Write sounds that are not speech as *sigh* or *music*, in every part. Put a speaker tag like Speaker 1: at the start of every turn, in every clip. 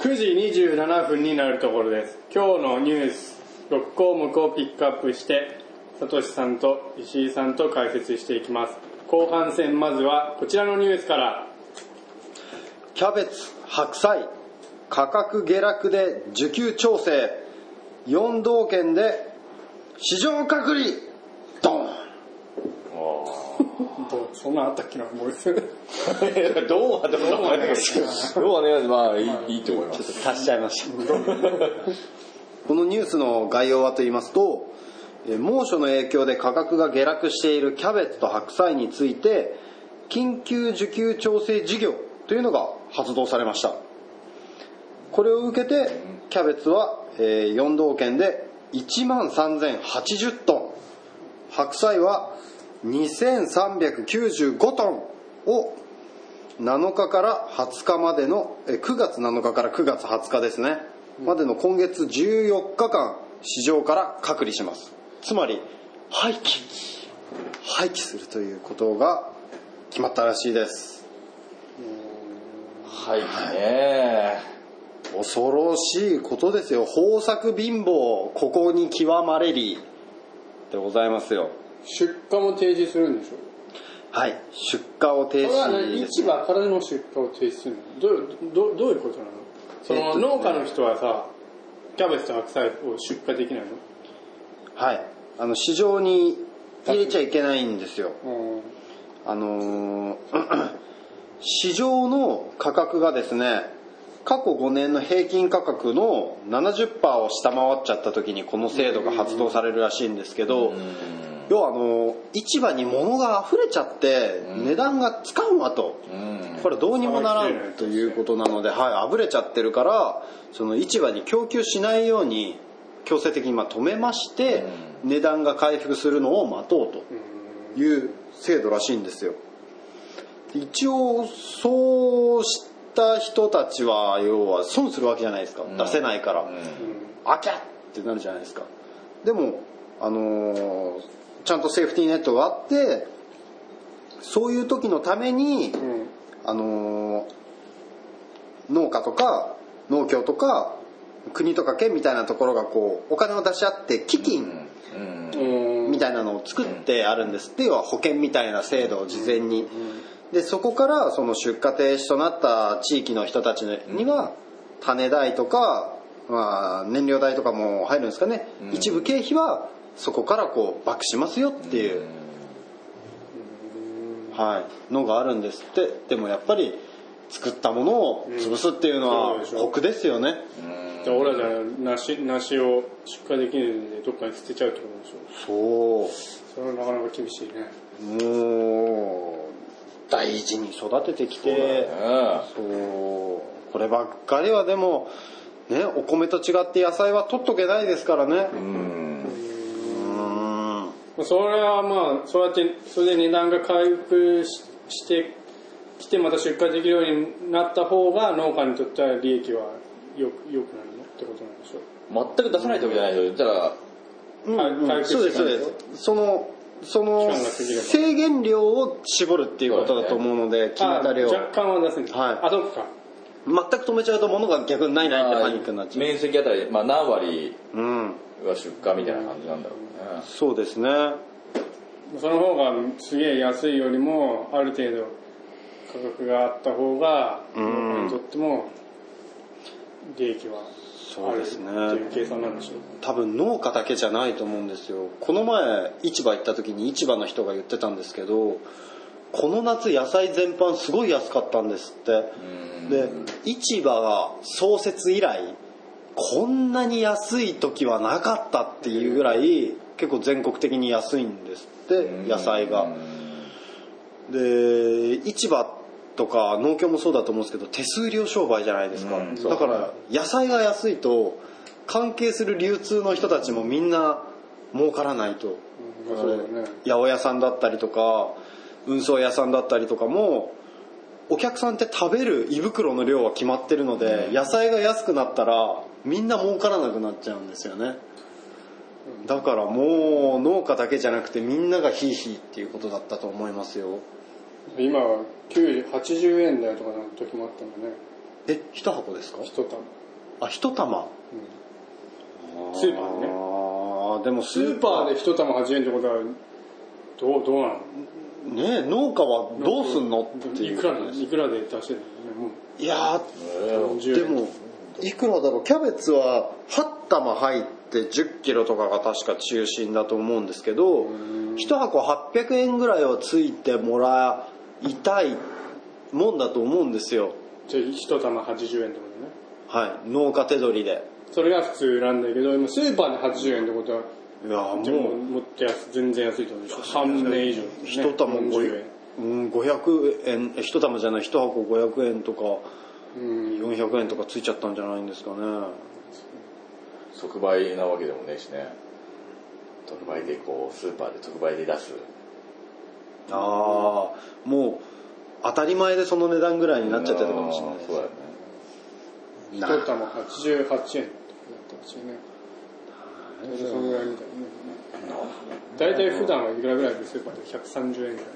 Speaker 1: 9時27分になるところです今日のニュース6項目をピックアップしてさとしさんと石井さんと解説していきます後半戦まずはこちらのニュースから
Speaker 2: キャベツ、白菜、価格下落で需給調整、4道県で市場隔離、ドン
Speaker 1: どうそんなんあったっけなもう
Speaker 3: どうはどうはねどうはねまあいいいいと思いま
Speaker 2: ちょっ
Speaker 3: す
Speaker 2: と足しちゃいました。 *laughs* このニュースの概要はと言いますと、えー猛暑の影響で価格が下落しているキャベツと白菜について、緊急需給調整事業というのが発動されました。これを受けて、キャベツは4道県で1万3080トン、白菜は2395トンを7日から20日までのえ9月7日から9月20日ですね、までの今月14日間市場から隔離しますつまり廃棄廃棄するということが決まったらしいです
Speaker 3: はいね
Speaker 2: 恐ろしいことですよ豊作貧乏ここに極まれりでございますよ
Speaker 1: 出荷も停止するんでしょ
Speaker 2: はい出荷を停
Speaker 1: これは
Speaker 2: 止
Speaker 1: 何
Speaker 2: です
Speaker 1: 市場からの出荷を停止するのどういうどうどういうことなのそ
Speaker 2: えっ
Speaker 1: の
Speaker 2: とですね
Speaker 1: 農家の人はさキャベツと白菜を出荷できないの
Speaker 2: はいあの市場に入れちゃいけないんですよ
Speaker 1: うん
Speaker 2: あのー *clears throat* 市場の価格がですね過去5年の平均価格の70%を下回っちゃった時にこの制度が発動されるらしいんですけど、要はあのー市場に物が溢れちゃって
Speaker 3: ん
Speaker 2: 値段がつかんわと。
Speaker 3: うん
Speaker 2: これどうにもならんということなので、はい、あぶれちゃってるからその市場に供給しないように強制的にまあ止めまして、値段が回復するのを待とうという制度らしいんですよ一応そうした人たちは要は損するわけじゃないですか、
Speaker 3: ん
Speaker 2: 出せないから、
Speaker 3: うん
Speaker 2: あきゃってなるじゃないですかでもあのーちゃんとセーフティーネットがあってそういう時のために、
Speaker 1: うんうん
Speaker 2: あのー農家とか農協とか国とか県みたいなところがこうお金を出し合って基金
Speaker 3: うん
Speaker 1: うん
Speaker 2: みたいなのを作ってあるんですっていうのは保険みたいな制度を事前にでそこからその出荷停止となった地域の人たちには種代とか、まあ、燃料代とかも入るんですかね
Speaker 3: うん
Speaker 2: 一部経費はそこからこうバックしますよっていうはい、のがあるんですってでもやっぱり作ったものを潰すっていうのは
Speaker 1: うんそうでしょ
Speaker 2: 酷ですよね、
Speaker 3: うん
Speaker 1: じゃあ俺らじゃ梨梨を出荷できないんでどっかに捨てちゃうってことでしょそ
Speaker 2: そう
Speaker 1: れはなかなか厳しいね
Speaker 2: もう大事に育ててきてそう,、こればっかりはでもねお米と違って野菜は取っとけないですからね
Speaker 3: うん
Speaker 2: うん
Speaker 1: まあそれはまあそうやってそれで値段が回復ししてきてまた出荷できるようになった方が農家にとっては利益はよくよくなるのってことなんでしょ
Speaker 3: 全く出さないってわけじゃないよだから
Speaker 1: うん
Speaker 2: うんそうですそうですそのその
Speaker 1: 期間が過ぎれば
Speaker 2: 制限量を絞るっていうことだと思うので決めた量
Speaker 1: あ若干は出せない、
Speaker 2: はい
Speaker 1: あそっか
Speaker 2: 全く止めちゃうと物が逆にないないってパニックになっちゃう
Speaker 3: 面積あたりまあ何割
Speaker 2: うん
Speaker 3: は出荷みたいな感じなんだろうね
Speaker 2: そうですね
Speaker 1: その方がすげえ安いよりもある程度価格があった方が
Speaker 2: うん
Speaker 1: 農家にとっても利益は
Speaker 2: そうですね
Speaker 1: あるっていう計算なんでしょう
Speaker 2: 多分農家だけじゃないと思うんですよこの前市場行った時に市場の人が言ってたんですけどこの夏野菜全般すごい安かったんですってで市場が創設以来こんなに安い時はなかったっていうぐらい結構全国的に安いんですって野菜がで市場とか農協もそうだと思うんですけど手数料商売じゃないですか、
Speaker 3: うんそう
Speaker 2: だから野菜が安いと関係する流通の人たちもみんな儲からないと、
Speaker 1: うんそうだよね
Speaker 2: 八百屋さんだったりとか運送屋さんだったりとかもお客さんって食べる胃袋の量は決まってるので、野菜が安くなったらみんな儲からなくなっちゃうんですよねだからもう農家だけじゃなくてみんながヒーヒーっていうことだったと思いますよ
Speaker 1: 今は90 80円台とかの時もあったんだね
Speaker 2: え一箱ですか
Speaker 1: 一玉
Speaker 2: あ一玉
Speaker 1: スーパーでね
Speaker 2: ああでも
Speaker 1: スーパーで一玉8円ってことはどうどうなの
Speaker 2: ねえ農家はどうすんのってい
Speaker 1: いうくらでいくらで出してるのね
Speaker 2: いやー
Speaker 1: もう40円
Speaker 2: でもいくらだろうキャベツは8玉入って1 0キロとかが確か中心だと思うんですけど1箱800円ぐらいはついてもらいたいもんだと思うんですよ
Speaker 1: じゃあ一玉80円ってことね
Speaker 2: はい農家手取りで
Speaker 1: それが普通なんだけど今スーパーで80円ってことはい
Speaker 2: やー
Speaker 1: でも
Speaker 2: もう
Speaker 1: もっと安い全然安いと思う半年以上、ね、
Speaker 2: 1玉
Speaker 1: 40
Speaker 2: 500
Speaker 1: 円
Speaker 2: うん500円え1玉じゃない1箱500円とか
Speaker 1: うん
Speaker 2: 400円とかついちゃったんじゃないんですかね
Speaker 3: 即売なわけでもねえしね特売でこうスーパーで特売で出す
Speaker 2: ああもう当たり前でその値段ぐらいになっちゃってるかもしれない
Speaker 3: あ
Speaker 2: です
Speaker 3: ーそうだよね
Speaker 1: 一玉88円ってことだったかもしれない大体そのぐらいみたいなね大体普段はいくらぐらいでスーパーで130円ぐら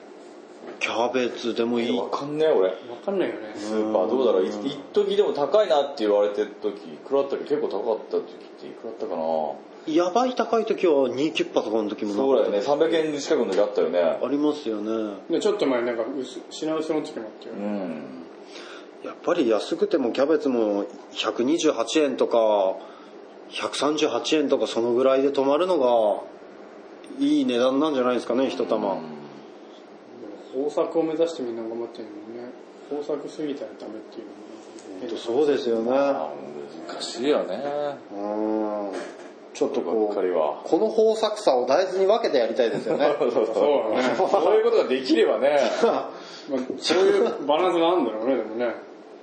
Speaker 2: キャベツでもいい
Speaker 3: わかんねえ俺
Speaker 1: いわかんないよね
Speaker 3: スーパーどうだろうい一時でも高いなって言われてる時いくらあったっけ結構高かった時っていくらあったかな
Speaker 2: やばい高い時は2キュッパとかの時も
Speaker 3: そう
Speaker 2: な
Speaker 3: だよね300円近くの時あったよね
Speaker 2: ありますよね
Speaker 1: でちょっと前になんか薄品薄の時もあったよ
Speaker 3: う
Speaker 1: ね
Speaker 3: ん
Speaker 2: やっぱり安くてもキャベツも128円とか138円とかそのぐらいで止まるのがいい値段なんじゃないですかね一
Speaker 1: で
Speaker 2: 玉、
Speaker 1: も豊作を目指してみんな頑張ってるのにね豊作すぎたらダメっていうのもね
Speaker 2: ほんとそうですよね
Speaker 3: あー難しいよね
Speaker 2: うんちょっと
Speaker 3: ばっ
Speaker 2: こ
Speaker 3: かりは
Speaker 2: うこの豊作さを大豆に分けてやりたいですよ *laughs* ね
Speaker 3: そうそうそう
Speaker 1: そうだね
Speaker 3: そういうことができればね
Speaker 1: まあ、そういうバランスがあるんだろうねでもね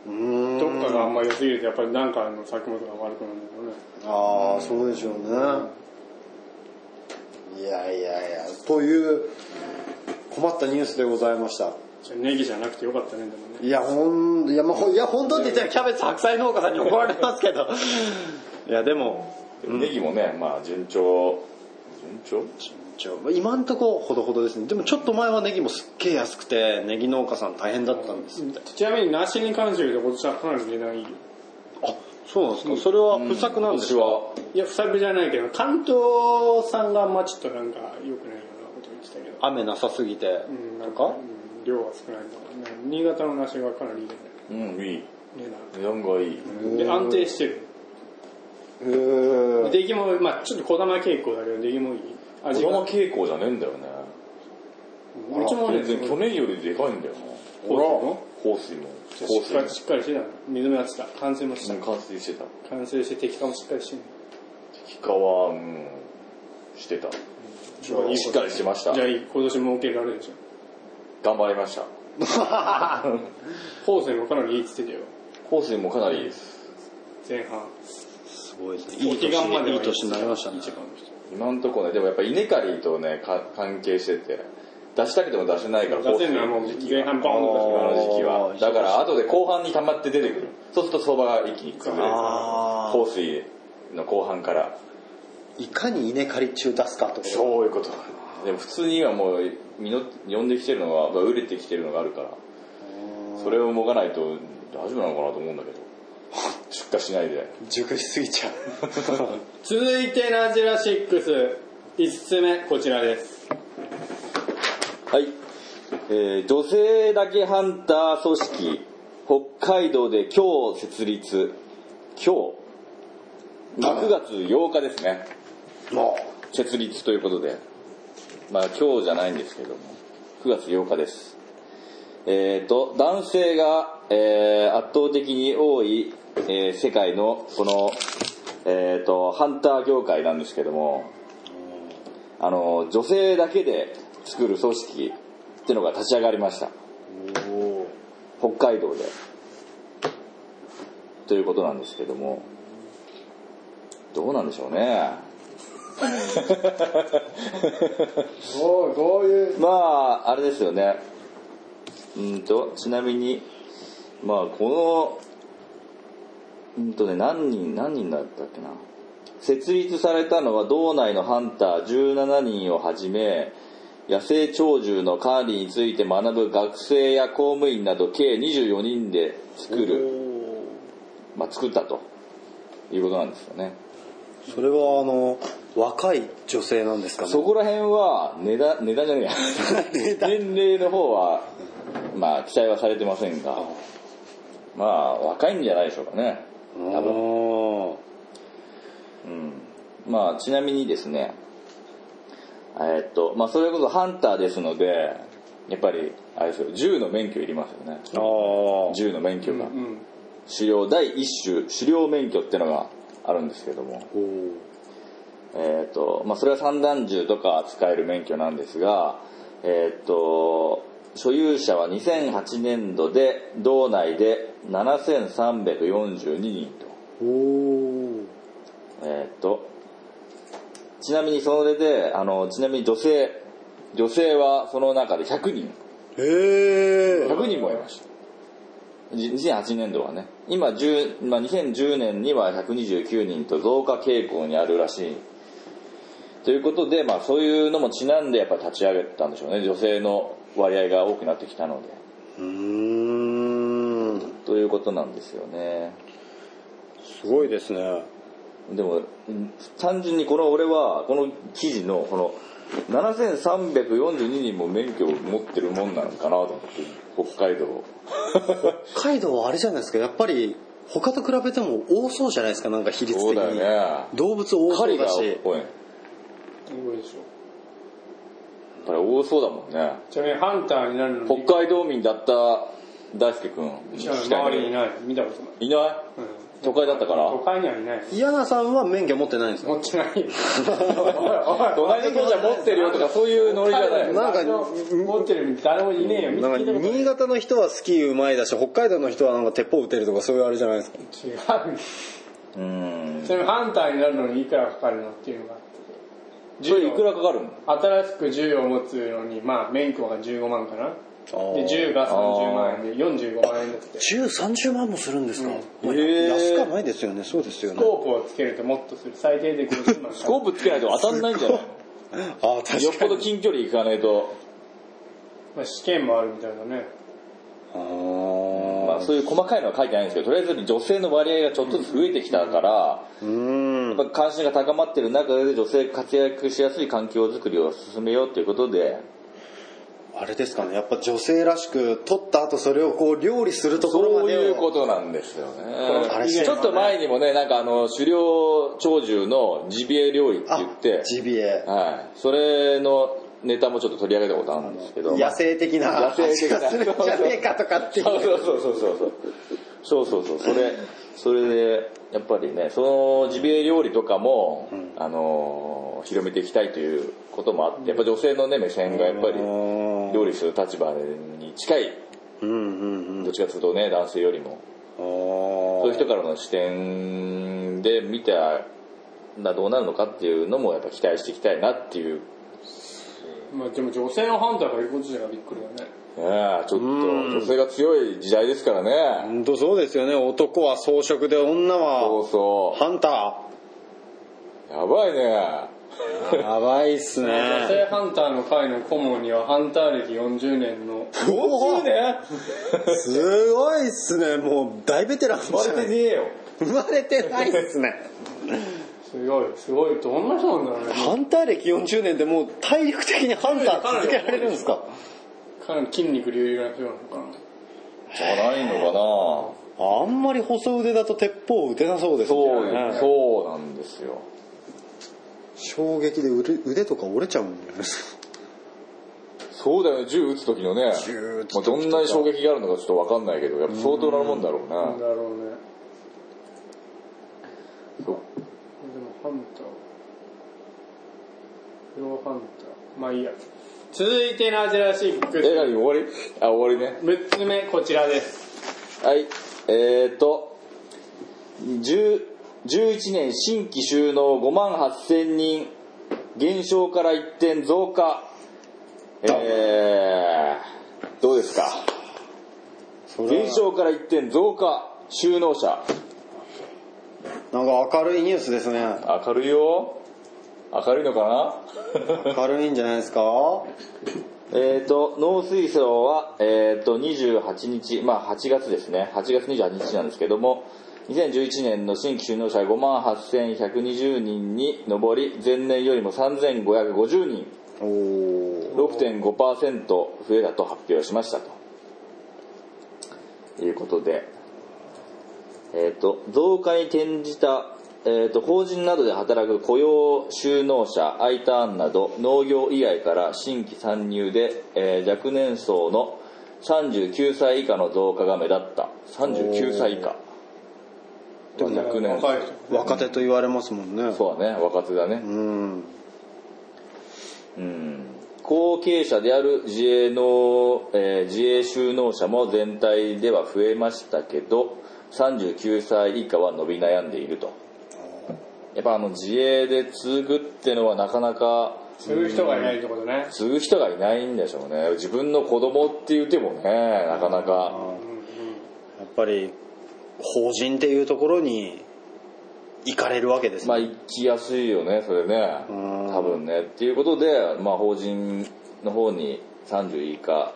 Speaker 2: うん
Speaker 1: どっかがあんま良すぎるとやっぱりなんかの作物が悪くなるんだろうね
Speaker 2: ああそうでしょうねいやいやいやという困ったニュースでございました
Speaker 1: じゃあネギじゃなくてよかったねでもね
Speaker 2: いやほんいや,、まあ、いや本当って言ったらキャベツ白菜農家さんに怒られますけど *laughs* いやでも
Speaker 3: ネギもねまあ順調順調
Speaker 2: ちょ今んとこほどほどですねでもちょっと前はネギもすっげえ安くてネギ農家さん大変だったんです
Speaker 1: ちなみに梨に関して言うと今年はかなり値段いいよ
Speaker 2: あそうなんですかそれは不作なんですか、
Speaker 3: はい
Speaker 1: や不作じゃないけど関東さんがあんまちょっとなんか良くないようなこと言ってたけど
Speaker 2: 雨なさすぎて
Speaker 1: うんな
Speaker 2: と
Speaker 1: んか
Speaker 2: か
Speaker 1: うん量が少ないんだからね新潟の梨がかなりいいよね
Speaker 3: うんいい
Speaker 1: 値
Speaker 3: 値段がいい
Speaker 1: 段で安定してる
Speaker 2: へー
Speaker 1: 出来もまあちょっと小玉傾向だけど出来もいい味
Speaker 3: 小
Speaker 1: が
Speaker 3: 玉傾向じゃねえんだよね
Speaker 1: うちもね
Speaker 3: 全然去年よりでかいんだよな
Speaker 1: ほらほ
Speaker 3: 香水も
Speaker 1: し
Speaker 3: 香
Speaker 1: っか
Speaker 3: 水も
Speaker 1: りしっかりしてたの水もやってた完成もして
Speaker 3: 完成してた
Speaker 1: た完成して敵化もしっかりしてる
Speaker 3: 気化はうんしてた
Speaker 1: じゃあいいこと
Speaker 3: しっかりしてました
Speaker 1: じゃあ今年儲けられるでしょ
Speaker 3: 頑張りました
Speaker 1: 方正もかなりいいっつってたよ
Speaker 3: 香水もかなりいいです
Speaker 1: 前半
Speaker 2: すごいですね
Speaker 1: お
Speaker 2: いい
Speaker 1: 彼岸まではい
Speaker 2: 年い年になりましたね
Speaker 1: 一番の人
Speaker 3: 今んとこねでもやっぱ稲刈りとねか関係してて出したくても出せないから
Speaker 1: 出せるのはもう前半バーンと
Speaker 3: あの時期
Speaker 2: あ
Speaker 3: は
Speaker 2: ー
Speaker 3: だから後で後半に溜まって出てくるそうすると相場が一気に崩れる
Speaker 2: あ
Speaker 3: 香水の後半から
Speaker 2: いかに稲刈り中出すかってこと
Speaker 3: そういうことでも普通に今もう実っ呼んできてるのがまあ熟れてきてるのがあるからそれをもがないと大丈夫なのかなと思うんだけど *laughs* 出荷しないで
Speaker 2: 熟しすぎちゃう
Speaker 1: 続いてナジラ6 5つ目こちらです
Speaker 3: はい、えー女性だけハンター組織北海道で今日設立今日9月8日ですね
Speaker 2: *laughs* も
Speaker 3: 設立ということでまあ今日じゃないんですけども9月8日ですえー、と男性が、えー圧倒的に多い、えー世界のこの、えー、とハンター業界なんですけどもあの女性だけで作る組織ってのが立ち上がりました北海道でということなんですけどもどうなんでしょうね
Speaker 1: おどういう
Speaker 3: まああれですよねうんとちなみにまあこのうんとね何人何人だったっけな設立されたのは道内のハンター17人をはじめ野生鳥獣の管理について学ぶ学生や公務員など計24人で作るまあ、作ったということなんですよね。
Speaker 2: それはあの若い女性なんですかね
Speaker 3: そこら辺は値段、値段じゃねえや。年齢の方は、まあ期待はされてませんが、まあ若いんじゃないでしょうかね。多分。
Speaker 2: 分
Speaker 3: うん。まあちなみにですね、えっと、まあそれこそハンターですので、やっぱり、あれですよ、銃の免許いりますよね。
Speaker 2: あ
Speaker 3: 銃の免許が。
Speaker 1: うん
Speaker 3: 狩猟第一種、狩猟免許ってのがあるんですけども。えーとまあ、それは散弾銃とか使える免許なんですが、えー、と所有者は2008年度で道内で7342人
Speaker 2: おお
Speaker 3: と,、えー、とちなみにそれであのちなみに女性女性はその中で100人
Speaker 2: へえ
Speaker 3: 100人もいましたじ2008年度はね今10、まあ、2010年には129人と増加傾向にあるらしいということで、まあ、そういうのもちなんでやっぱ立ち上げたんでしょうね女性の割合が多くなってきたので
Speaker 2: うーん
Speaker 3: ということなんですよね
Speaker 2: すごいですね
Speaker 3: でもうん単純にこの俺はこの記事のこの7342人も免許を持ってるもんなのかなと思って北海道
Speaker 2: 北海道はあれじゃないですかやっぱり他と比べても多そうじゃないですかなんか比率的
Speaker 3: そ
Speaker 2: に
Speaker 3: うだよね
Speaker 2: 動物多そ
Speaker 3: 狩
Speaker 2: う
Speaker 3: りが
Speaker 2: だし
Speaker 3: 多い
Speaker 1: 多いでしょ
Speaker 3: やっぱり多そうだもんね
Speaker 1: ちなみにハンターになるのに
Speaker 3: 北海道民だった大輔君
Speaker 1: うちらの周りにい
Speaker 3: い
Speaker 1: ない見たことない、
Speaker 3: いない
Speaker 1: うん
Speaker 3: 都会だったから
Speaker 1: 都会にはいない
Speaker 2: 嫌なさんは免許持ってないんですか
Speaker 1: 持ってないよ
Speaker 3: 隣の父ちゃん持ってるよとかそういうノリじ
Speaker 1: *laughs*
Speaker 3: ゃない
Speaker 2: な
Speaker 1: なんんか
Speaker 2: か
Speaker 1: 持ってる誰もいねえよ見
Speaker 2: なんか
Speaker 1: 聞いたことない
Speaker 2: 新潟の人はスキーうまいだし北海道の人はなんか鉄砲撃てるとかそういうあれじゃないですか
Speaker 1: 違う
Speaker 3: うん
Speaker 1: それハンターになるのにいくらかかるのっていうのがあって
Speaker 3: それいくらかかるの
Speaker 1: 新しく銃を持つのにまあ免許が15万かなで銃が30万円で45万円だって
Speaker 2: 1 30万もするんですか、
Speaker 3: うんへー
Speaker 2: 安かないですよねそうですよ
Speaker 1: ス
Speaker 2: ね
Speaker 1: コープをつけるともっとする最低で50万 *laughs*
Speaker 3: スコープつけないと当たんないんじゃない
Speaker 2: ああ確かに
Speaker 3: よっぽど近距離行かないと、
Speaker 1: まあ試験もあるみたいなね
Speaker 3: まあ、そういう細かいのは書いてないんですけどとりあえず女性の割合がちょっとずつ増えてきたから、
Speaker 2: うーん
Speaker 3: やっぱ関心が高まってる中で女性が活躍しやすい環境づくりを進めようということで
Speaker 2: あれですかねやっぱ女性らしく取った後それをこう料理するところま
Speaker 3: そう
Speaker 2: でを
Speaker 3: いうことなんですよ
Speaker 2: あれ
Speaker 3: ね。
Speaker 2: してる
Speaker 3: ち
Speaker 2: の
Speaker 3: ょ
Speaker 2: ね
Speaker 3: っと前にもね、なんかあの、狩猟鳥獣のジビエ料理って言って
Speaker 2: あ、ジビエ
Speaker 3: はい。それのネタもちょっと取り上げたことあるんですけど。
Speaker 2: 野生的な
Speaker 3: 野生的な
Speaker 2: 味がするんじゃねえかとかっていう
Speaker 3: *laughs* そうそうそうそうそうそう。そうそうそう。それ、それで、やっぱりね、そのジビエ料理とかも、あのー、広めていきたいということもあって、やっぱ女性のね、目線がやっぱり、
Speaker 2: うん
Speaker 3: 料理する立場に近い、
Speaker 2: うんうんうん
Speaker 3: どっちかというとね、男性よりも。そういう人からの視点で見たらどうなるのかっていうのもやっぱ期待していきたいなっていう、
Speaker 1: まあでも女性のハンターがいること自体がびっくりだね
Speaker 3: ねえちょっと女性が強い時代ですからね。
Speaker 2: 本当そうですよね男は草食で女
Speaker 3: そ
Speaker 2: は
Speaker 3: うそ
Speaker 2: ハンタ
Speaker 3: う。やばいね。
Speaker 2: ーやばいっす
Speaker 1: 女性ハンターの会の顧問にはハンター歴40年の
Speaker 3: 50年
Speaker 2: すごいっすねもう大ベテランじゃ
Speaker 3: 割れ
Speaker 2: な
Speaker 3: てね
Speaker 2: い
Speaker 3: えよ。
Speaker 2: 生まれてないっすね
Speaker 1: *laughs* すごいすごいどんな人なんだろうね
Speaker 2: ハンター歴40年でもう体力的にハンター続けられるんですか
Speaker 1: かなり筋肉隆々な人なのかな
Speaker 3: じゃないのか
Speaker 2: あんまり細腕だと鉄砲撃てなそうで
Speaker 3: な
Speaker 2: す
Speaker 3: そう、
Speaker 2: ね
Speaker 3: そうなんですよ。
Speaker 2: 衝撃で腕腕とか折れちゃうんじゃないですか
Speaker 3: そうだよね、銃撃つ時のね
Speaker 2: 銃撃つ時。とか
Speaker 3: まあどんなに衝撃があるのかちょっとわかんないけど、やっぱ相当なもんだろう
Speaker 1: なん
Speaker 3: な。
Speaker 1: だろうね
Speaker 3: そう
Speaker 1: でもハンタープロハンターまあいいや続いてのアジラシック
Speaker 3: え、
Speaker 1: ス
Speaker 3: 何終わりあ、終わりね。
Speaker 1: 6つ目こちらです
Speaker 3: はい、えーと、10 11年新規収納5万8000人、減少から一点増加。えー、どうですか
Speaker 2: それは
Speaker 3: 減少から一点増加、収納者。
Speaker 2: なんか明るいニュースですね
Speaker 3: 明るいよ。明るいのかな
Speaker 2: 明
Speaker 3: *laughs*
Speaker 2: るいんじゃないですか
Speaker 3: えーと、農水省は、えーと、28日、まあ8月ですね、8月28日なんですけども、 2011年の新規就農者5万8120人に上り前年よりも3550人
Speaker 2: おお
Speaker 3: 6.5%増えたと発表しましたということで、えー、と増加に転じた、えー、と法人などで働く雇用就農者 I ターンなど農業以外から新規参入で、えー若年層の39歳以下の増加が目立った39歳以下
Speaker 2: でも
Speaker 3: 若年
Speaker 1: 若い
Speaker 3: 層
Speaker 2: 若手と言われますもんね
Speaker 3: そうだね若手だね、
Speaker 2: うん
Speaker 3: うん後継者である自営の、えー自営就農者も全体では増えましたけど39歳以下は伸び悩んでいるとやっぱあの自営で継ぐってのはなかなか
Speaker 1: そういう人がいないってことね。
Speaker 3: 継ぐ人がいないんでしょうね自分の子供って言ってもねなかなか
Speaker 2: やっぱり法人っていうところに行かれるわけですね、
Speaker 3: まあ行きやすいよねそれね
Speaker 2: うん
Speaker 3: 多分ねっていうことで、まあ、法人の方に30以下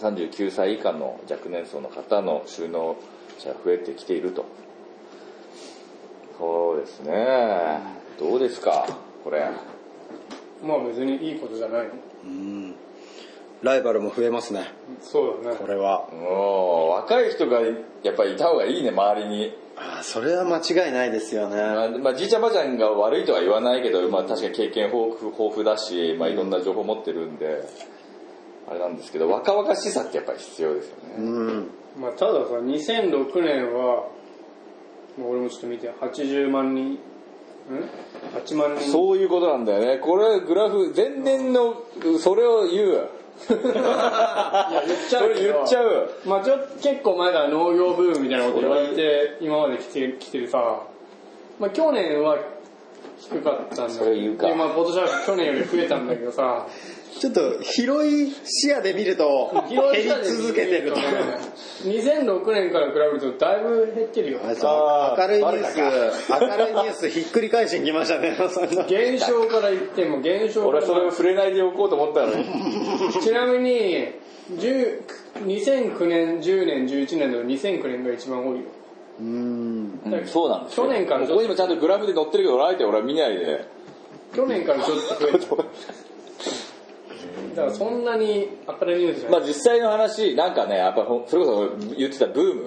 Speaker 3: 39歳以下の若年層の方の収納者が増えてきているとそうですねどうですかこれ
Speaker 1: まあ別にいいことじゃないの
Speaker 2: うんライバルも増えますね
Speaker 1: そうだね
Speaker 2: こ。れは
Speaker 3: もう若い人がやっぱりいた方がいいね周りに、
Speaker 2: ああそれは間違いないですよね
Speaker 3: まあまあ、じいちゃんばあちゃんが悪いとは言わないけど、まあ、確かに経験豊富豊富だし、まあ、いろんな情報持ってるんであれなんですけど若々しさってやっぱり必要ですよね、
Speaker 2: うん
Speaker 1: まあたださ、2006年は、まあ俺もちょっと見て、80万人、ん ?8 万人。
Speaker 3: そういうことなんだよね。これ、グラフ、前年の、それを言う。
Speaker 1: いや言っちゃ
Speaker 3: そうれ
Speaker 1: けど
Speaker 3: 言っちゃう。
Speaker 1: まあちょ結構前から農業ブームみたいなこと言われて、今まで来て来てるさ、まあ去年は低かったんだ
Speaker 3: それ言うか
Speaker 1: で、まあ今年は去年より増えたんだけどさ、
Speaker 2: ちょっと広い視野で見ると減り続けてると
Speaker 1: ね。2006年から比べるとだいぶ減ってるよ。
Speaker 2: あ
Speaker 3: あー
Speaker 2: そう明るいニュース
Speaker 3: バ
Speaker 2: 明るいニュースひっくり返しに来ましたねそんな
Speaker 1: 減少から言っても減少か
Speaker 3: 俺
Speaker 1: ら
Speaker 3: はそれを触れないでおこうと
Speaker 1: *laughs*
Speaker 3: 思ったのに。
Speaker 1: ちなみに、10 2009年、10年、11年の2009年が一番多いよ。
Speaker 2: うん
Speaker 3: うんそうなんですよ
Speaker 1: 去年から
Speaker 3: もうここにもちゃんとグラフで載ってるけど、あえて俺は見ないで。
Speaker 1: 去年からちょっと増えた。
Speaker 3: *laughs*
Speaker 1: だからそんなに明るいニュースじゃない
Speaker 3: まあ実際の話、なんかね、やっぱほんそれこそ言ってたブーム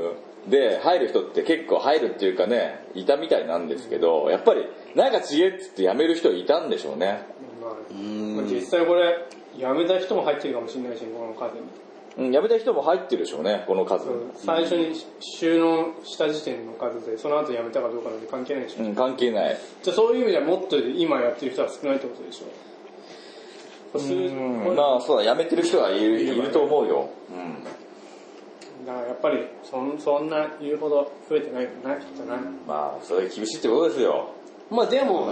Speaker 3: で入る人って結構入るっていうかね、いたみたいなんですけど、やっぱり、なんかちげえっつって辞める人いたんでしょうね。
Speaker 1: まあまあ実際これ辞めた人も入ってるかもしれないしこの数に、
Speaker 3: うん、辞めた人も入ってるでしょうね、この数。
Speaker 1: 最初に収納した時点の数でその後辞めたかどうかなんて関係ないでしょ、
Speaker 3: うん、関係ない。
Speaker 1: じゃあそういう意味ではもっと今やってる人は少ないってことでしょ数
Speaker 3: うん、まあそうだ、辞めてる人はいるいると思うよ。うん
Speaker 1: だからやっぱりそんそんな言うほど増えてないよねきっとね、
Speaker 3: まあ、それ厳しいってことですよ。
Speaker 1: まあでも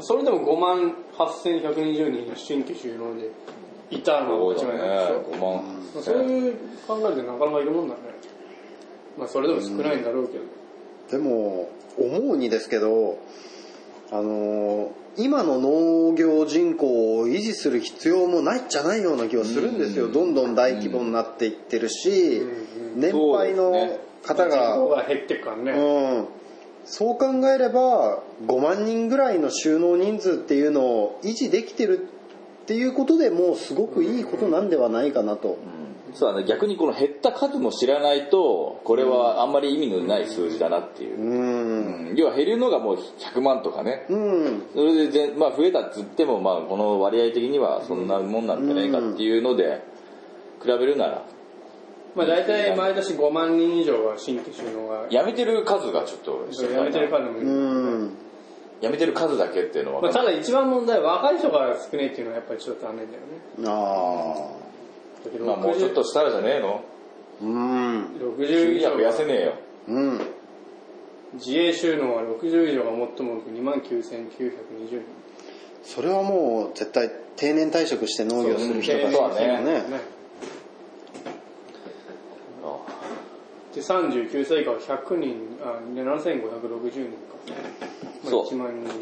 Speaker 1: それでも5万8120人新規収納でいたのが
Speaker 3: そう
Speaker 1: 一
Speaker 3: だ
Speaker 1: 番い
Speaker 3: ね
Speaker 1: いでしょ、。
Speaker 3: 5万
Speaker 1: まあそういう考えでなかなかいるもんだねまあそれでも少ないんだろうけど、
Speaker 2: でも思うにですけどあのー今の農業人口を維持する必要もないじゃないような気はするんですよ、どんどん大規模になっていってるし、
Speaker 1: う
Speaker 2: 年配
Speaker 3: そうで
Speaker 2: の方が
Speaker 1: 人口が減ってくからね、
Speaker 2: うん、そう考えれば5万人ぐらいの収納人数っていうのを維持できてるっていうことでもうすごくいいことなんではないかなと、
Speaker 3: そうだね、逆にこの減った数も知らないと、これはあんまり意味のない数字だなっていう。
Speaker 2: うん
Speaker 3: うん要は減るのがもう100万とかね。
Speaker 2: うん
Speaker 3: それで全、まあ増えたっつっても、まあこの割合的にはそんなもんなんじゃないかっていうので、比べるなら、
Speaker 1: まあ大体毎年5万人以上は新規収納が
Speaker 3: 辞めてる数がちょっと
Speaker 1: それやめてる数もいる、
Speaker 2: うん
Speaker 3: 辞めてる数だけっていうのは
Speaker 1: まあ、
Speaker 3: 分か
Speaker 1: た
Speaker 3: ん
Speaker 1: だ
Speaker 3: ない。
Speaker 1: 一番問題は若い人が少ないっていうのはやっぱりちょっと残念だよね
Speaker 2: ああ
Speaker 1: だけど
Speaker 3: まあもうちょっとしたらじゃねえの
Speaker 2: うん
Speaker 1: 60
Speaker 3: 急
Speaker 1: 以
Speaker 3: には
Speaker 1: 上
Speaker 3: 増やせねえよ。
Speaker 2: うん
Speaker 1: 自営収納は60以上が最も多く2万9920人
Speaker 2: それはもう絶対定年退職して農業する人がい
Speaker 3: そ
Speaker 2: ま
Speaker 3: うだ
Speaker 2: すよ
Speaker 3: ね
Speaker 2: ね
Speaker 1: ね
Speaker 3: ああ
Speaker 1: で39歳以下は100人あ7560人か、まあ、
Speaker 3: そう
Speaker 1: 1万人か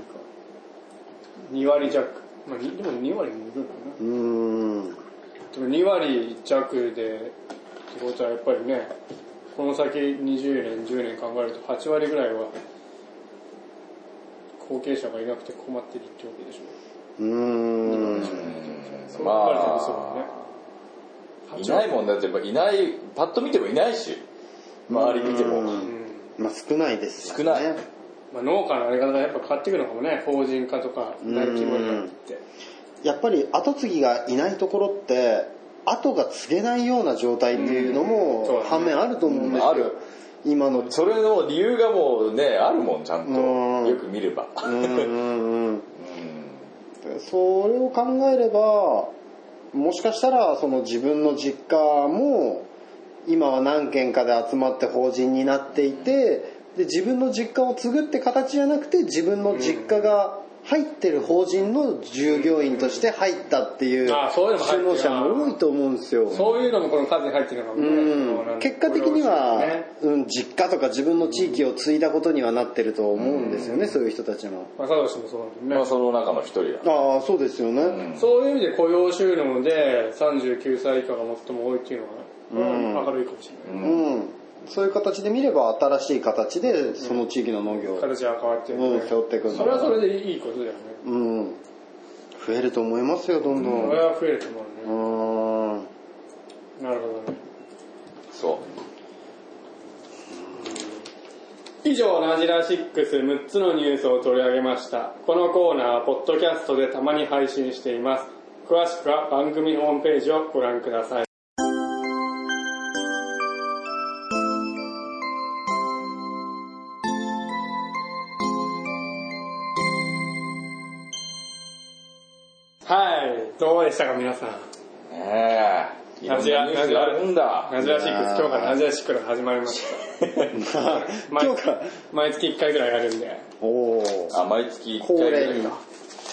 Speaker 1: 2割弱、まあ、にでも2割もいるのかな
Speaker 2: うん
Speaker 1: でも2割弱でってことはやっぱりねこの先20年10年考えると8割ぐらいは後継者がいなくて困ってるってわけでしょ
Speaker 2: うーん
Speaker 1: そう
Speaker 3: ま
Speaker 1: 考えると
Speaker 3: あ
Speaker 1: そうね
Speaker 3: いないもんだってやっぱいないパッと見てもいないし周り見て
Speaker 2: う
Speaker 3: も
Speaker 2: ん
Speaker 1: うん
Speaker 2: まあ少ないです
Speaker 3: 少ない
Speaker 1: まあ、農家のあり方がやっぱ変わってくるのかもね法人化とか大規模になって
Speaker 2: やっぱり後継ぎがいないところって後が継げないような状態っていうの
Speaker 1: うんそうだ
Speaker 2: も
Speaker 1: ね
Speaker 2: 反面あると思うんです
Speaker 3: うんあ
Speaker 2: よ、
Speaker 3: る
Speaker 2: 今の
Speaker 3: それの理由がもうねあるもんちゃんと
Speaker 2: うん
Speaker 3: よく見れば
Speaker 2: うんうんうん
Speaker 3: う
Speaker 2: それを考えればもしかしたらその自分の実家も今は何軒かで集まって法人になっていてで自分の実家を継ぐって形じゃなくて自分の実家が入ってる法人の従業員として入ったっていう
Speaker 1: あそういうのも入ってる
Speaker 2: 就農者も多いと思うんですよ。
Speaker 1: そういうのもこの数に入ってるのかもねその
Speaker 2: うん、結果的には、
Speaker 1: ね
Speaker 2: うん、実家とか自分の地域を継いだことにはなってると思うんですよね、そういう人たちの。
Speaker 1: まあ、佐藤氏もそうなん
Speaker 3: ん
Speaker 1: だ
Speaker 3: ま
Speaker 1: よ
Speaker 3: あ
Speaker 1: ね、
Speaker 3: その中の一人だ
Speaker 2: ああそうですよね、
Speaker 1: そういう意味で雇用収納で39歳以下が最も多いっていうのは、
Speaker 2: うん
Speaker 1: 明るいかもしれない、
Speaker 2: うん、そういう形で見れば新しい形でその地域の農業を、
Speaker 1: 形が変わってる
Speaker 2: うんん、
Speaker 1: で、
Speaker 2: 背負っていくんだ
Speaker 1: それはそれでいいことだよね、
Speaker 2: うん、増えると思いますよどんど
Speaker 1: こ
Speaker 2: ん、
Speaker 1: れは増えると思うね、
Speaker 2: うん、うん
Speaker 1: なるほどね
Speaker 3: そ
Speaker 1: 以上、ナジラ66、6つのニュースを取り上げました。このコーナーは、ポッドキャストでたまに配信しています。詳しくは番組ホームページをご覧ください。はい、どうでしたか皆さん。
Speaker 3: うねえいろんなニュースがあるんだ
Speaker 1: ナジラシックス、今日からナジラシックスが始まりました。
Speaker 2: 今日から
Speaker 1: 毎月1回ぐらいやるんで。
Speaker 2: おお
Speaker 3: あ毎月1回
Speaker 2: 恒
Speaker 3: ぐら
Speaker 2: 例
Speaker 3: い
Speaker 2: に
Speaker 3: だ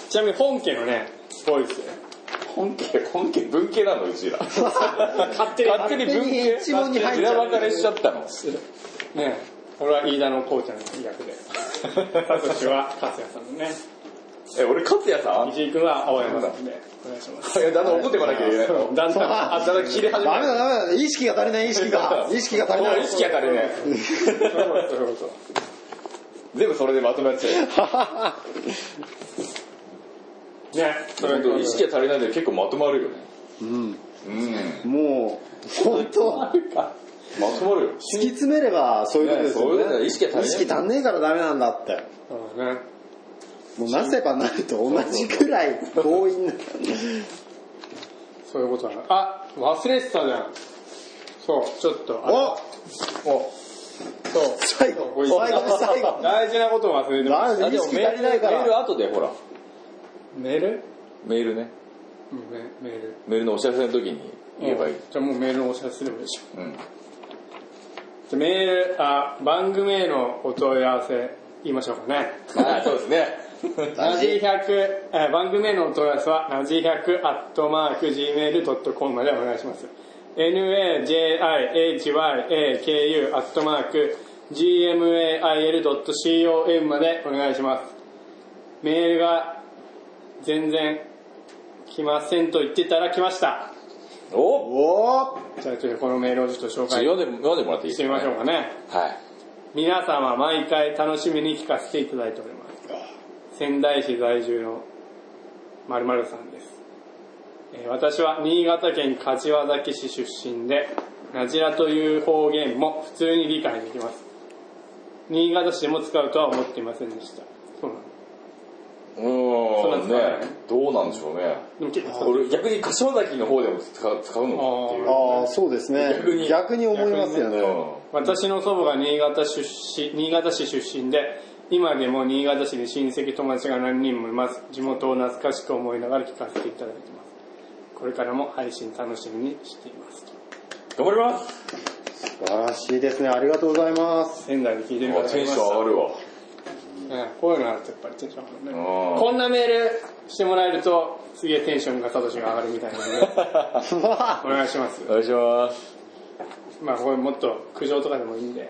Speaker 1: ちなみに本家のね、ボイス。
Speaker 3: 本家本家文系なのうち *laughs* ら
Speaker 1: 勝手に、
Speaker 3: 勝手に文系
Speaker 2: 一問に入っちゃう
Speaker 3: 裏分かれしちゃったの
Speaker 1: ね、俺は飯田のこうちゃんの役で。サトシは勝也さんのね。
Speaker 3: え俺勝也さん
Speaker 1: 石井君は青山さんで。お願いします。
Speaker 3: いやだんだん怒ってこなきゃいけないの
Speaker 1: だんだん、あ、だんだん切れ
Speaker 2: ダメ
Speaker 1: 始める。
Speaker 2: だダメだ意識が足りない意識
Speaker 3: *laughs*
Speaker 2: が意識が足りな
Speaker 3: もう
Speaker 2: い
Speaker 3: 意識が足りない
Speaker 1: そうそうそうそう。
Speaker 3: 全部それでまとめっちゃう
Speaker 1: ね、それ
Speaker 3: 本当意識が足りないで結構まとまるよね
Speaker 2: *laughs* うん
Speaker 3: うん
Speaker 2: もう本当
Speaker 3: まとまるよ
Speaker 2: 突き詰めればそういうことです
Speaker 3: ねそういうこと
Speaker 2: よ
Speaker 3: だ
Speaker 2: ね
Speaker 3: よ意識が足りな
Speaker 2: 意
Speaker 3: い
Speaker 2: 識足んねえからダメなんだって
Speaker 1: そうね。
Speaker 2: もうなせばなると同じくらい強引な
Speaker 3: *laughs*
Speaker 1: そういうことなの。あ、忘れてたじゃん。そう、ちょっと。あ
Speaker 2: お
Speaker 3: お
Speaker 1: そう。
Speaker 2: 最後
Speaker 1: ここ
Speaker 2: 最後の最後
Speaker 1: 大事なことを忘れてま
Speaker 2: なん
Speaker 1: す。
Speaker 2: で
Speaker 3: あ
Speaker 2: 意
Speaker 3: でも
Speaker 2: 識
Speaker 3: メー
Speaker 2: 足
Speaker 3: ル
Speaker 2: りないか
Speaker 3: メール
Speaker 2: ら
Speaker 3: 後でほら
Speaker 1: メール
Speaker 3: メールね
Speaker 1: うんメメール。
Speaker 3: メールのお知らせの時に言えばいい
Speaker 1: じゃあもうメールのお知らせすればいいでしょ。
Speaker 3: うん
Speaker 1: でメールあ番組へのお問い合わせ言いましょうかね
Speaker 3: あそうですね
Speaker 1: *laughs* ナジ100えー番組へのお問い合わせはナジ100アットマーク Gmail.com までお願いします najihyaku アットマーク gmail.com までお願いしますメールが全然来ませんと言ってたら来ました
Speaker 3: *laughs* お
Speaker 2: おー
Speaker 1: じゃあちょっとこのメールをちょっと紹介
Speaker 3: 読んで読んでもらってい
Speaker 1: し
Speaker 3: いです
Speaker 1: てみましょうかね
Speaker 3: はい
Speaker 1: 皆様毎回楽しみに聞かせていただいております仙台市在住のまるさんですえー私は新潟県柏崎市出身でナジラという方言も普通に理解できます新潟市でも使うとは思っていませんでしたそうなの
Speaker 3: う
Speaker 1: そんなん
Speaker 3: ー
Speaker 1: 使わない
Speaker 3: ねどうなんでしょうね
Speaker 1: でも結構
Speaker 3: 俺逆に柏崎の方でも使う使うのかっていう
Speaker 2: ああそうですね
Speaker 3: 逆に
Speaker 2: 思いますよね
Speaker 3: う
Speaker 1: 私の祖母が新潟出身新潟市出身で今でも新潟市に親戚友達が何人もいます地元を懐かしく思いながら聞かせていただいてますこれからも配信楽しみにしています
Speaker 3: ん頑張ります
Speaker 2: 素晴らしいですねありがとうございます
Speaker 1: 仙台で聞いてる
Speaker 3: あ
Speaker 1: 方
Speaker 3: テ
Speaker 1: い
Speaker 3: ン
Speaker 1: ま
Speaker 3: シ
Speaker 1: し
Speaker 3: ョン上がるわ
Speaker 1: た、ね、こういうのあるとやっぱりテンション上がるね
Speaker 3: うん
Speaker 1: こんなメールしてもらえるとすげえテンションがサトシが上がるみたいなのでお願いします
Speaker 3: お願いします
Speaker 1: まあこれもっと苦情とかでもいいんで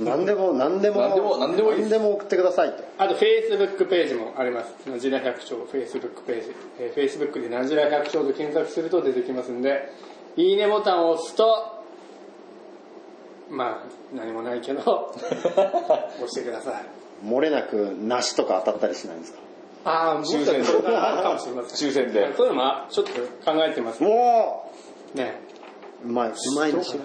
Speaker 2: 何でも何でも
Speaker 3: 何でも何でもいいです
Speaker 2: 何でも送ってくださいと
Speaker 1: あと、フェイスブックページもあります。なじら百姓フェイスブックページ。えー、Facebook でなじら百姓と検索すると出てきますんで、いいねボタンを押すと、まあ何もないけど *laughs* 押してください
Speaker 2: 漏れなく梨とか当たったりしないんですか
Speaker 1: ああもしかしたらそんなあるかもしれません
Speaker 3: *laughs* 抽選で。
Speaker 1: そういうのもちょっと考えてます
Speaker 2: おお
Speaker 1: ね
Speaker 2: うまいうまい梨が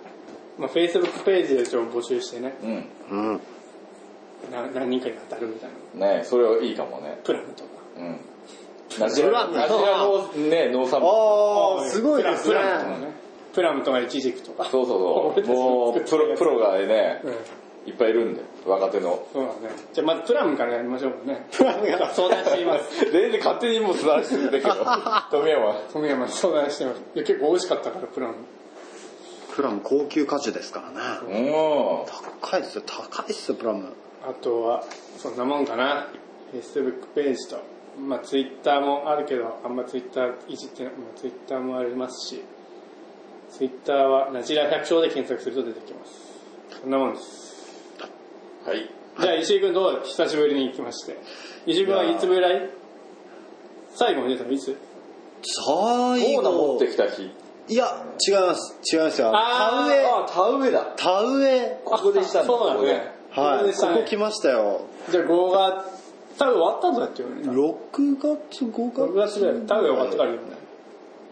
Speaker 1: *laughs* まあ Facebook ページでちょっと募集してね
Speaker 3: うん。
Speaker 2: うん
Speaker 1: な何人かに当たるみたいな
Speaker 3: ねそれはいいかもね。
Speaker 1: プランとか
Speaker 3: うん。ナジラ、
Speaker 2: ブラ
Speaker 3: ナ
Speaker 2: ン
Speaker 3: ジラのね、農産物。
Speaker 2: ああすごいです
Speaker 1: プ
Speaker 2: ね
Speaker 1: ラムとかねプラムとかイチジクとか
Speaker 3: そう *laughs* そうそう。もう、プロ、プロがね、
Speaker 1: うん
Speaker 3: いっぱいいるんで、若手の。
Speaker 1: そうだねじゃあまずプラムからやりましょうね
Speaker 2: プラムが
Speaker 1: 相談してみます
Speaker 3: 全然勝手にもう素晴らしいんだけど、 *laughs* 富山。
Speaker 1: 富山に相談してますいや結構美味しかったからプラム
Speaker 2: プラム高級果樹ですからね
Speaker 3: うん。
Speaker 2: 高いっすよ高いっすよプラム
Speaker 1: あとはそんなもんかな Facebook ページとまあ Twitter もあるけどあんま Twitter いじってない、まあ、Twitter もありますし Twitter はナチュラ百姓で検索すると出てきますそんなもんです
Speaker 3: はい。
Speaker 1: じゃあ石井君どう久しぶりに行きまして石井君はいつぐらい最後に出たのいつ
Speaker 2: 最
Speaker 3: コーナ持っ
Speaker 2: 後
Speaker 3: てきた日。
Speaker 2: いや違います違いますよ
Speaker 1: あー
Speaker 2: 田植え
Speaker 3: あ、田植えだ。
Speaker 2: 田植え
Speaker 3: ここでしたんだ
Speaker 1: そうだねここ
Speaker 2: はい
Speaker 1: でした
Speaker 2: こ
Speaker 1: ね
Speaker 2: こ来ましたよ
Speaker 1: じゃあ5が多分終わったんだって言われた
Speaker 2: 6月5月
Speaker 1: 6月ぐらい多分終わってからだよね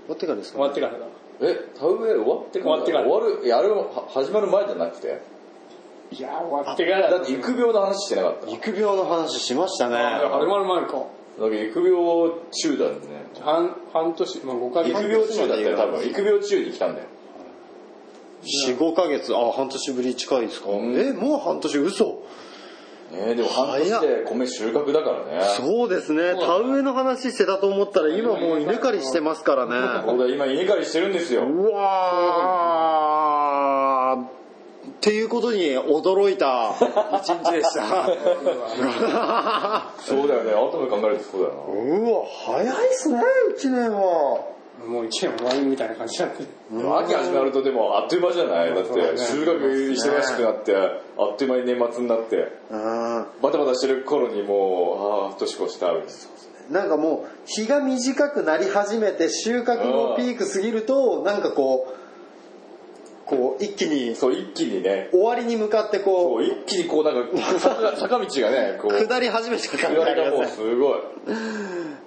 Speaker 2: 終わってからです
Speaker 1: 終
Speaker 2: か
Speaker 1: わってからだ
Speaker 3: え、田植え終わってか
Speaker 1: 終
Speaker 3: ら
Speaker 1: わってから
Speaker 3: 終わる、いや、あれは始まる前じゃなくて。
Speaker 1: いや終わってからだ
Speaker 3: だって育苗の話してなかった。だ
Speaker 2: 育苗の話しましたね
Speaker 1: いや始まる前か
Speaker 3: けど育苗中だよね。
Speaker 1: 半半年、まあ、5ヶ月
Speaker 3: 育苗中だったよ、多分。育苗中に来たんだよ。
Speaker 2: 45ヶ月あ半年ぶり近いですか
Speaker 3: うん
Speaker 2: えもう半年嘘
Speaker 3: ねでも半年で米収穫だからね。
Speaker 2: そうですね田植えの話してたと思ったら今もう稲刈りしてますからね
Speaker 3: 僕は今稲刈りしてるんですよ。
Speaker 2: うわーっていうことに驚いた一日でした
Speaker 3: そうだよね、後で考えるとそうだよ
Speaker 2: うわ早いっすね1年は
Speaker 1: もう1年終わりみたいな感じになってる
Speaker 3: な。でも秋始まるとでもあっという間じゃないだって
Speaker 1: そうだね
Speaker 3: 収穫忙しくなって、あっという間に年末になって、
Speaker 2: うん
Speaker 3: バタバタしてる頃にもう、ああ、年越した。みたいな
Speaker 2: なんかもう日が短くなり始めて収穫のピーク過ぎるとなんかこうこう一気に
Speaker 3: そう、一気にね、
Speaker 2: 終わりに向かって
Speaker 3: そ
Speaker 2: こ
Speaker 3: う一気にこうなんか、坂坂道がね、こ
Speaker 2: う
Speaker 3: う、
Speaker 2: 下り始めちゃう感
Speaker 3: 言
Speaker 2: じ
Speaker 3: わ
Speaker 2: あ
Speaker 3: れ
Speaker 2: り
Speaker 3: がも
Speaker 2: ま
Speaker 3: う
Speaker 2: すね
Speaker 3: すごい。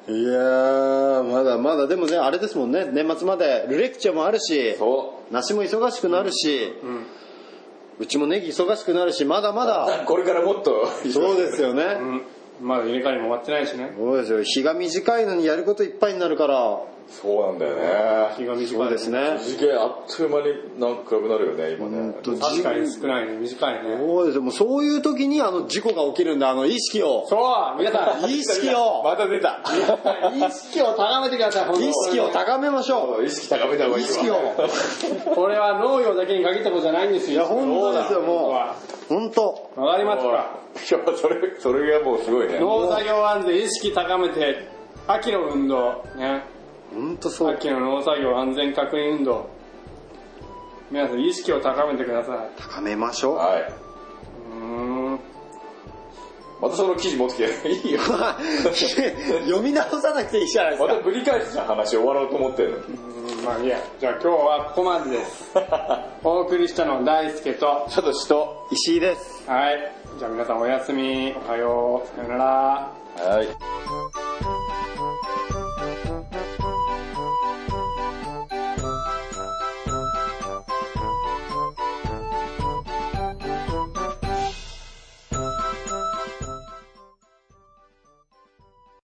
Speaker 2: いやーまだまだでもねあれですもんね年末までルレクチャーもあるし
Speaker 3: そ
Speaker 2: 梨も忙しくなるし
Speaker 1: うん
Speaker 2: うちもネギ忙しくなるしまだまだ
Speaker 3: う。これからもっと、
Speaker 2: そうですよね
Speaker 1: うんまだ入れ替えも終わってないしね
Speaker 2: そうですよ日が短いのにやることいっぱいになるから
Speaker 3: そうなんだよ
Speaker 1: 日
Speaker 3: ね。
Speaker 1: が短い
Speaker 2: そうですね
Speaker 3: 時間あっという間になんか暗くなるよね、今ね。
Speaker 2: と
Speaker 1: 確かに少ないね短いね
Speaker 2: そうですよもうそういう時にあの事故が起きるんであの意識を
Speaker 1: そう皆さん
Speaker 2: 意識を
Speaker 3: また出た。
Speaker 1: 意識を高めてください本当に
Speaker 2: 意識を高めましょ
Speaker 3: 意識高めた方が
Speaker 2: う
Speaker 3: いい
Speaker 2: 意
Speaker 3: わ
Speaker 2: 識を
Speaker 1: これは農業だけに限ったことじゃないんですよ
Speaker 2: いや本当ですよもう本当
Speaker 1: うわかりますか
Speaker 3: いやそれそれがもうすごいね
Speaker 1: 農作業安全意識高めて秋の運動ね
Speaker 2: 本当そう
Speaker 1: 秋の農作業安全確認運動皆さん意識を高めてください
Speaker 2: 高めましょう
Speaker 3: はいう
Speaker 1: ーん
Speaker 3: またその記事持ってきていいよ
Speaker 2: *laughs* 読み直さなくていいじゃないです
Speaker 3: ま
Speaker 2: か
Speaker 3: たぶり返すじゃん話終わろうと思ってるのに
Speaker 1: まあいいやじゃあ今日はここまでです
Speaker 3: *laughs*
Speaker 1: お送りしたのは大輔とは
Speaker 3: ちょっとしと
Speaker 2: 石井です
Speaker 1: いじゃあ皆さんおやすみおはようさよなら
Speaker 3: はい